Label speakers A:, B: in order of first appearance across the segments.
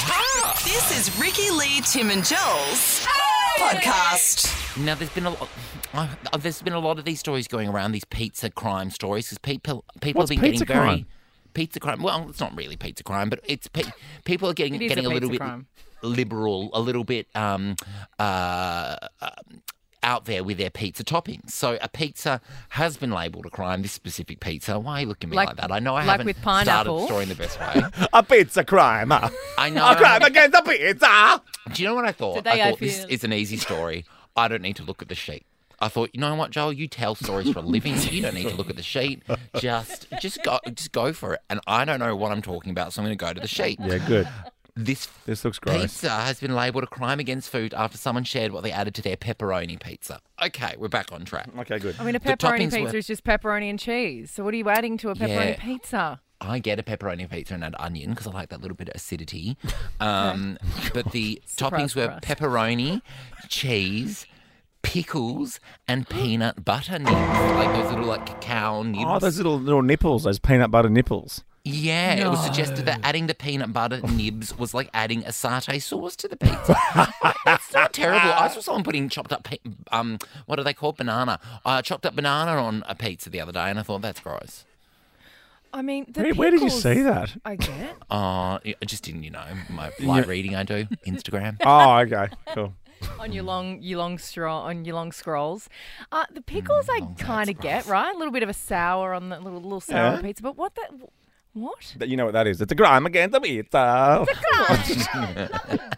A: Aha!
B: This is Ricky Lee, Tim and Joel's podcast.
A: Now there's been a lot. Uh, there's been a lot of these stories going around these pizza crime stories because people people
C: What's
A: have been
C: pizza
A: getting very
C: crime?
A: pizza crime. Well, it's not really pizza crime, but it's pe- people are getting
D: It is
A: getting
D: a
A: a, little
D: pizza
A: bit
D: crime.
A: liberal, a little bit um, uh, um, out there with their pizza toppings. So a pizza has been labelled a crime. This specific pizza. Why are you looking at me like,
D: Like-
A: that? I know I
D: like
A: haven't
D: with
A: started the
D: pineapple?
A: story in the best way.
C: A pizza crime. huh?
A: I know.
C: A crime against the pizza.
A: Do you know what I thought?
D: Today
A: I
D: I
A: thought this
D: feel-
A: is an easy story. I don't need to look at the sheet. I thought, you know what, Joel, you tell stories for a living. You don't need to look at the sheet. Just just go just go for it. And I don't know what I'm talking about, so I'm gonna go to the sheet.
C: Yeah, good.
A: This
C: This looks gross.
A: pizza has been labelled a crime against food after someone shared what they added to their pepperoni pizza. Okay, we're back on track.
C: Okay, good.
D: I mean, a
A: The
D: pepperoni
A: toppings
D: pizza
A: were-
D: is just pepperoni and cheese. So what are you adding to a pepperoni
A: Yeah.
D: pizza?
A: I get a pepperoni pizza and add onion because I like that little bit of acidity. Um, but the toppings were
D: surprise.
A: pepperoni, cheese, pickles, and peanut butter nibs, like those little like cacao nibs.
C: Oh, those little little nipples, those peanut butter nipples.
A: yeah, it was suggested that adding the peanut butter nibs was like adding a satay sauce to the pizza. That's not terrible. I saw someone putting chopped up, pe- um, what are they called, banana, uh, chopped up banana on a pizza the other day, and I thought that's gross.
D: I mean, the
C: Where, where did you
D: pickles
C: see that?
D: I get.
A: Uh, I just didn't, you know, my light reading I do, Instagram.
C: Oh, okay, cool.
D: on your long, your long straw, on your long scrolls. Uh,
A: Mm,
D: the pickles I kind of get right, a little bit of a sour on the little little sour
C: Yeah.
D: pizza. But what that, what?
C: That- You know what that is? It's a crime against the pizza.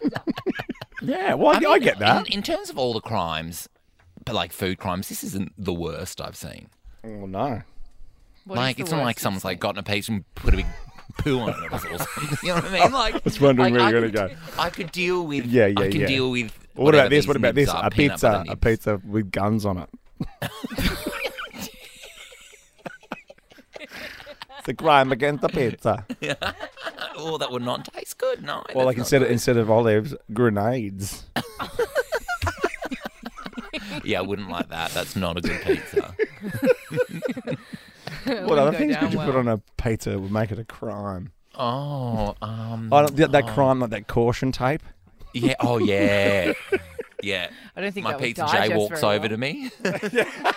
C: yeah, well, I, I get that.
A: In, in terms of all the crimes, but like food crimes, this isn't the worst I've seen.
C: Well, Oh, no.
D: What is
A: like,
D: the
A: it's not
D: worst
A: like
D: you've
A: someone's
D: seen?
A: like gotten a piece and put a big poo on it or something. You know what I mean? Like, I
C: was wondering where you're
A: could-
C: gonna go.
A: I could deal with.
C: Yeah, yeah,
A: I can
C: yeah.
A: deal with.
C: Well, what
A: whatever
C: about this?
A: these
C: What about
A: nibs
C: this?
A: are,
C: A
A: peanut
C: pizza,
A: butter
C: a
A: nibs.
C: pizza with guns on it. it's a crime against the pizza.
A: Oh, that would not taste good. No.
C: Well, like
A: that's
C: instead of, instead of olives, grenades.
A: not- yeah, I wouldn't like that. That's not a good pizza.
C: What other
D: go
C: things could
D: down
C: you put
D: well.
C: on a pizza would make it a crime?
A: Oh, um,
C: Oh, that, that crime, like that caution tape.
A: yeah. Oh, yeah, yeah.
D: I don't think
A: My
D: that would
A: pizza J
D: digest
A: walks
D: very
A: over
D: well.
A: to me.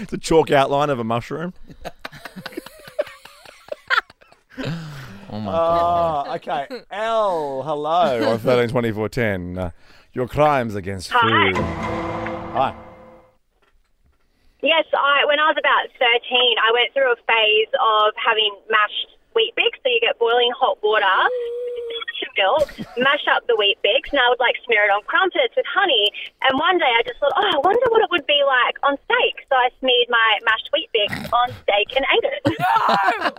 C: It's a chalk outline of a mushroom.
A: Oh my god.
C: Oh, okay. L, hello. On 13 24 10, uh, your crimes against food. Hi.
E: Yes, I when I was about thirteen, I went through a phase of having mashed wheat bix. So you get boiling hot water, some milk, mash up the wheat bix, and I would like smear it on crumpets with honey. And one day I just thought, oh, I wonder what it would be like on steak. So I smeared my mashed wheat bix on steak and ate it.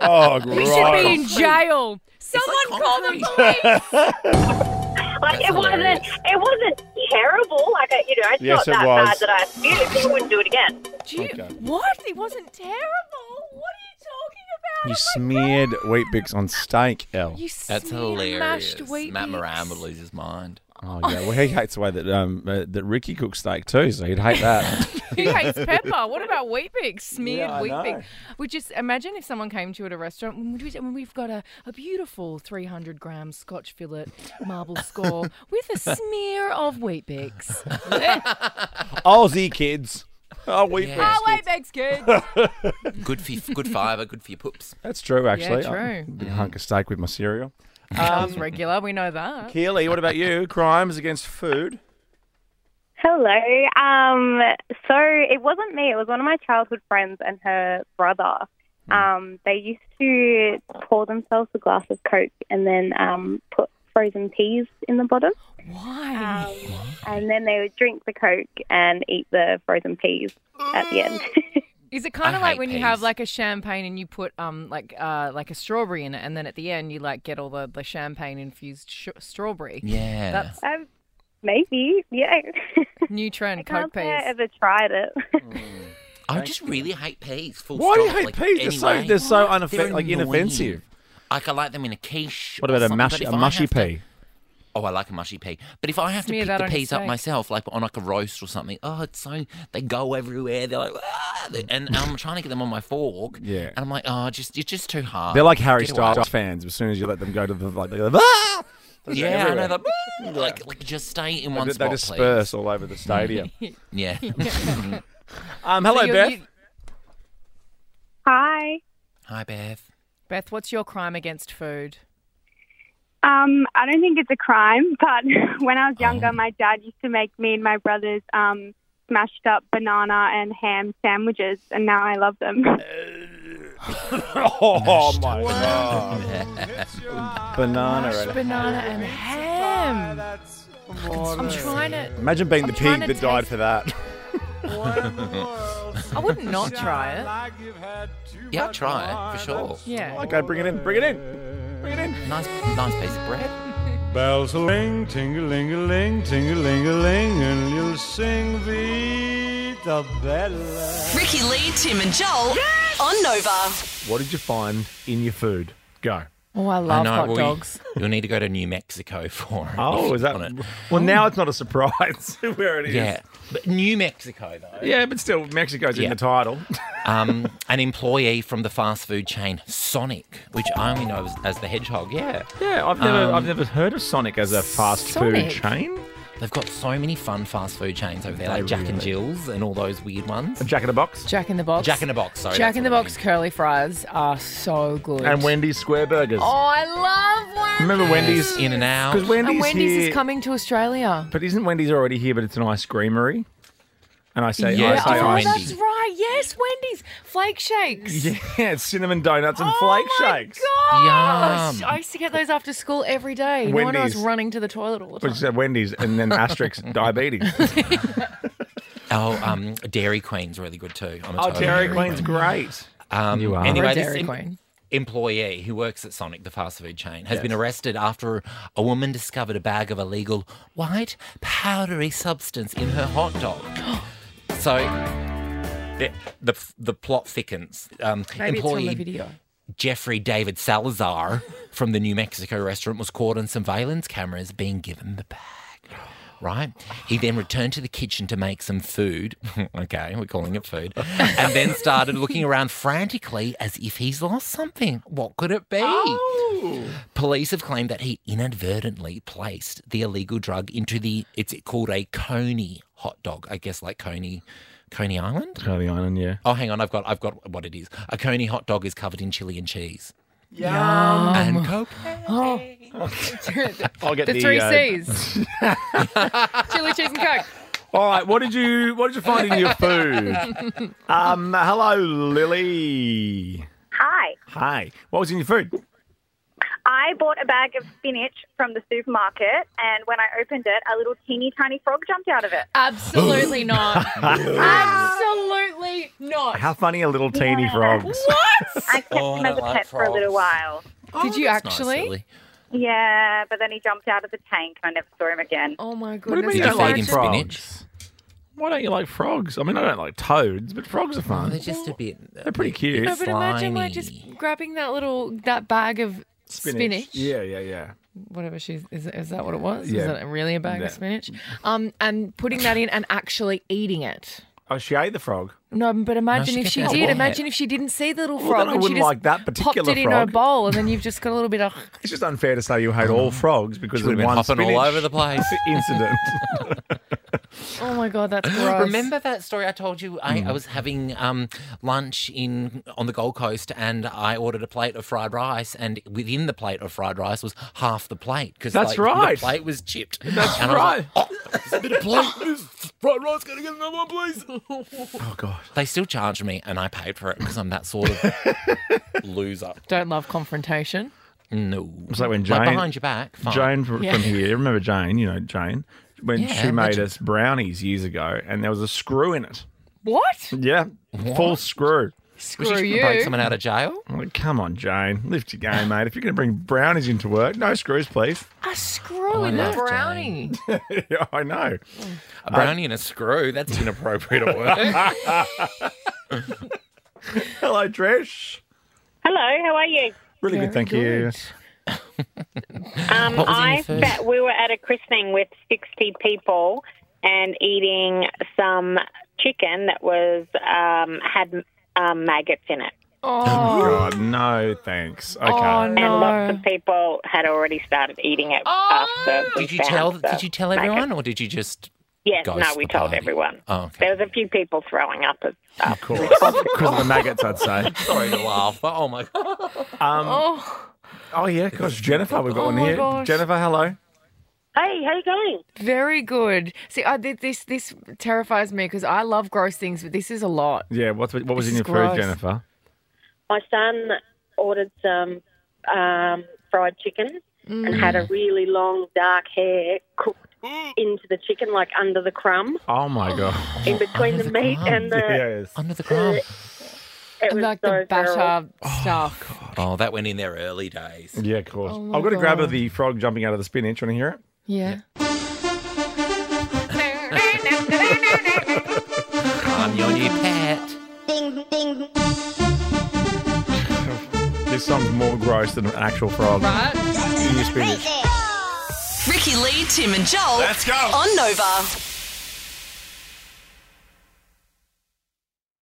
C: Oh,
D: We should be
C: gross.
D: in jail. Someone
A: like
D: call the
A: concrete.
D: police.
E: like it wasn't,
A: hilarious.
E: it wasn't terrible. Like I- you know, it's
C: Yes, it
E: not that
C: was.
E: bad that I spewed it. but I wouldn't do it again.
D: Do you-
C: Okay.
D: What? It wasn't terrible. What are you talking
C: You
D: about? Oh my
C: smeared wheat bix on steak, L.
D: God. You
A: That's
D: smeared
A: hilarious.
D: Mashed wheat
A: Matt
D: bix.
A: Moran would lose his mind.
C: Oh, yeah. Well, he hates the way that um uh, that Ricky cooks steak too, so he'd hate that.
D: Who hates pepper? What about wheat bix? Smeared
C: Yeah, I
D: wheat
C: know.
D: bix. Would just imagine if someone came to you at a restaurant and we- and we've got a, a beautiful 300 gram Scotch fillet marble score with a smear of wheat bix.
C: Aussie kids. Oh, wheat
A: Yeah.
C: bix.
D: oh, wheat bix, kids.
A: Good for your, good fiber, good for your poops.
C: That's true, actually.
D: true.
C: A big hunk of steak with my cereal.
D: That was regular. We know that.
C: Keely, what about you? Crimes against food.
F: Hello. Um, so it wasn't me. It was one of my childhood friends and her brother. Um, they used to pour themselves a glass of Coke and then um, put frozen peas in the bottom.
D: Why?
F: Um, and then they would drink the Coke and eat the frozen peas at the end.
D: Is it kind
A: I
D: of like
A: hate
D: when
A: peas.
D: you have like a champagne and you put um like uh like a strawberry in it, and then at the end you like get all the the champagne infused sh- strawberry?
A: Yeah.
D: That's
F: um, maybe, yeah.
D: new
F: I
D: trend.
F: can't
D: Coke
F: say I
D: peas.
F: ever tried it.
A: I just really hate peas. Full
C: Why do you
A: stop,
C: hate
A: like,
C: peas? They're so
A: anyway.
C: they're so
A: They're
C: unoffensive, like
A: annoying.
C: inoffensive.
A: Like I like them in a quiche.
C: What
A: or
C: about a
A: something,
C: mush
A: but
C: a
A: if I
C: mushy
A: have to-
C: pea?
A: oh, I like a mushy pea. But if I have
D: Smear
A: to
D: that
A: pick the
D: on your
A: peas up
D: steak.
A: myself, like on like a roast or something, oh, it's so they go everywhere. They're like, ah, they- and I'm trying to get them on my fork.
C: Yeah.
A: And I'm like, oh, just it's just too hard.
C: They're like Harry
A: Get away.
C: Styles fans. As soon as you let them go to the like, they go, ah!
G: Those are
A: Yeah, I know.
G: everywhere.
A: That, like, like just stay in one
G: They,
A: spot,
G: they disperse all over the stadium.
A: please. Yeah.
G: um, hello,
D: You're-
G: Beth.
D: you-
E: Hi.
A: Hi, Beth.
D: Beth, what's your crime against food?
E: Um, I don't think it's a crime, but when I was
H: Oh.
E: younger, my dad used to make me and my brothers um, smashed up banana and ham sandwiches, and now I love them.
G: oh my god. Banana. and-
D: Banana and ham. I'm trying to.
G: Imagine being the
D: trying
G: pig that
D: to
G: died
D: taste-
G: for that.
D: I would not try it.
A: Yeah, I'll try for sure.
D: Yeah.
G: Okay, bring it in. Bring it in.
A: Nice, nice piece of bread.
I: Bells will ring, ting-a-ling-a-ling, ting-a-ling-a-ling, and you'll sing Vita Bella.
B: Ricky Lee, Tim and Joel on Nova.
C: What did you find in your food? Go.
D: Oh, I love hot
A: well, you-
D: dogs.
A: You'll need to go to New Mexico for it. if
C: Oh,
A: you
C: is that?
A: want it.
C: Well,
D: Oh.
C: now it's not a surprise where it is.
A: Yeah, but New Mexico though.
C: Yeah, but still, Mexico's in
A: Yeah.
C: the title.
A: Um, an employee from the fast food chain Sonic, which I only know as, as the Hedgehog. Yeah,
C: Yeah, I've never,
A: Um,
C: I've never heard of Sonic as a fast
D: Sonic?
C: food chain.
A: they've got so many fun fast food chains over there, like
C: They
A: Jack and
C: really-
A: Jill's and all those weird ones.
C: Jack in the Box
D: Jack in the Box.
A: Jack in the Box. Sorry,
D: Jack
A: that's
D: in the
A: what I
D: Box curly fries are so good.
C: and Wendy's square burgers.
D: Oh, I love Wendy's.
C: Remember Wendy's?
A: mean. in and out.
C: Because Wendy's,
D: And Wendy's
C: here,
D: is coming to Australia.
C: but isn't Wendy's already here? But it's an ice creamery, and I say,
A: Yeah,
C: I say
D: oh,
C: ice.
D: that's right. Yes, Wendy's flake shakes.
C: Yeah, it's cinnamon donuts and flake
D: oh my
C: shakes.
D: Gosh.
A: Yum.
D: I used to get those after school every day. No wonder I was
C: Wendy's.
D: running to the toilet all the
C: Which is
D: time.
C: at Wendy's, and then asterisk diabetes.
A: Oh, um, Dairy Queen's really good too. I'm a
C: Oh,
A: total
C: Dairy Queen's great.
A: Um,
C: You are.
D: Or
A: Anyway,
D: a
A: this
D: Dairy
A: em-
D: Queen.
A: employee who works at Sonic, the fast food chain, has been
C: Yes.
A: arrested after a woman discovered a bag of illegal white powdery substance in her hot dog. so. The, the f- the plot thickens. Um,
D: Maybe it's from the
A: employee
D: video.
A: Jeffrey David Salazar from the New Mexico restaurant was caught on surveillance cameras being given the bag. Right? He then returned to the kitchen to make some food. okay, we're calling it food. And then started looking around frantically as if he's lost something. What could it be? Police have claimed that he inadvertently placed the illegal drug into the it's called a Coney hot dog, I guess like Coney Coney Island.
C: Coney Island, yeah.
A: Oh, hang on, I've got I've got what it is. A Coney hot dog is covered in chili and cheese.
C: Yeah.
A: and Coke.
C: I'll get
D: The,
C: the
D: three
C: uh,
D: C's. Chili, cheese, and Coke.
C: All right, what did you what did you find in your food? um, hello, Lily.
E: Hi.
C: Hi. What was in your food?
E: I bought a bag of spinach from the supermarket, and when I opened it, a little teeny tiny frog jumped out of it.
D: Absolutely not. Absolutely not.
C: How funny are little teeny frogs?
E: I kept
A: Oh,
E: him
A: I
E: as a
A: like
E: pet for a little while.
D: Did you actually?
E: Yeah, but then he jumped out of the tank, and I never saw him again.
D: oh my
C: What do
D: goodness.
C: you mean
A: Did
C: you
A: you
C: don't
A: feed him
C: like
D: Imagine-
A: spinach?
C: frogs? Why don't you like frogs? I mean, I don't like toads, but frogs are
A: Oh, they're
C: fun.
A: just a bit.
C: They're pretty cute.
D: No, but imagine like just
A: slimy.
D: grabbing that little that bag of spinach.
C: Yeah, yeah, yeah.
D: Whatever she's is, is that what it was?
C: Yeah.
D: Is that really a bag
C: Yeah.
D: of spinach? Um, and putting that in and actually eating it.
C: Oh, she ate the frog.
D: No, but imagine
A: she
D: if
A: gets
D: she
A: that
D: did.
A: lot.
D: Imagine if she didn't see the little
C: Well,
D: frog
C: then I
D: and she
C: wouldn't
D: just
C: like that
D: popped
C: particular
D: it in her
C: frog.
D: bowl, and then you've just got a little bit of.
C: It's just unfair to say you hate all frogs because
A: Should
C: of
A: have been
C: one
A: hopping
C: spinach
A: all over the place.
C: incident.
D: Oh my god, that's gross.
A: Remember that story I told you? I,
C: Mm.
A: I was having um, lunch in on the Gold Coast, and I ordered a plate of fried rice, and within the plate of fried rice was half the plate because
C: That's
A: like,
C: right.
A: the plate was chipped.
C: That's
A: And I was
C: right.
A: like, "Oh, it's a bit of plate. This fried rice gotta get another one, please.
C: oh god.
A: They still charged me, and I paid for it because I'm that sort of loser.
D: Don't love confrontation.
A: No,
C: It's like when
A: like
C: Jane-
A: behind your back. Fine.
C: Jane from,
D: Yeah.
C: from here. Remember Jane? You know Jane. When
A: Yeah,
C: she made
A: legend.
C: us brownies years ago, and there was a screw in it.
D: What?
C: Yeah, full screw.
A: Was she
D: Screw
A: trying to break
D: you.
A: someone out of jail?
C: I'm like, come on, Jane, lift your game, mate. If you're going to bring brownies into work, no screws, please.
D: A Ah, screw
A: Oh, I
D: in the
A: love
D: brownie.
C: yeah, I know.
A: A brownie and a screw. That's inappropriate at work.
C: Hello, Trish.
H: Hello, how are you?
C: Really good, thank you.
H: Um,
A: What was in your
H: I
A: food?
H: bet we were at a christening with 60 people and eating some chicken that was um, had um, maggots in it.
D: Oh,
C: God, no, thanks. Okay.
D: oh
J: And lots
D: no.
J: of people had already started eating it
D: Oh.
J: after. we
A: Did you
J: found
A: tell?
J: the
A: Did you tell
J: maggots.
A: everyone, or did you just?
J: Yes,
A: Ghost
J: no, we
A: the
J: told
A: party.
J: everyone.
A: Oh, okay.
J: There was a few people throwing up. As,
C: Of course. Because of the maggots, I'd say.
A: Sorry to laugh, but oh my god!
C: Um, oh.
D: Oh,
C: yeah, gosh, Jennifer, we've got
D: Oh
C: one
D: my
C: here.
D: gosh.
C: Jennifer, hello.
H: Hey, how you going?
D: very good. See, I, thi- this this terrifies me because I love gross things, but this is a lot.
C: Yeah, what's, what was in
D: This
C: your
D: is gross.
C: food, Jennifer?
H: My son ordered some um, fried chicken and had
A: Mm.
H: a really long dark hair cooked
D: Mm.
H: into the chicken, like under the crumb,
C: Oh my god.
H: in between the,
A: under the
H: meat
A: crumb.
H: and the.
C: yes.
A: Under the crumb.
H: It was
D: Like
H: so
D: the
H: terrible.
D: batter stuff.
A: Oh, that went in there early days.
C: Yeah, of course.
D: Oh my
C: I've got to grab
D: God.
C: the frog jumping out of the spinach. Want to hear it?
D: Yeah.
A: I'm your new pet.
C: This song's more gross than an actual frog.
D: Right?
C: In your spinach.
B: Ricky Lee, Tim and Joel. Let's go. On Nova.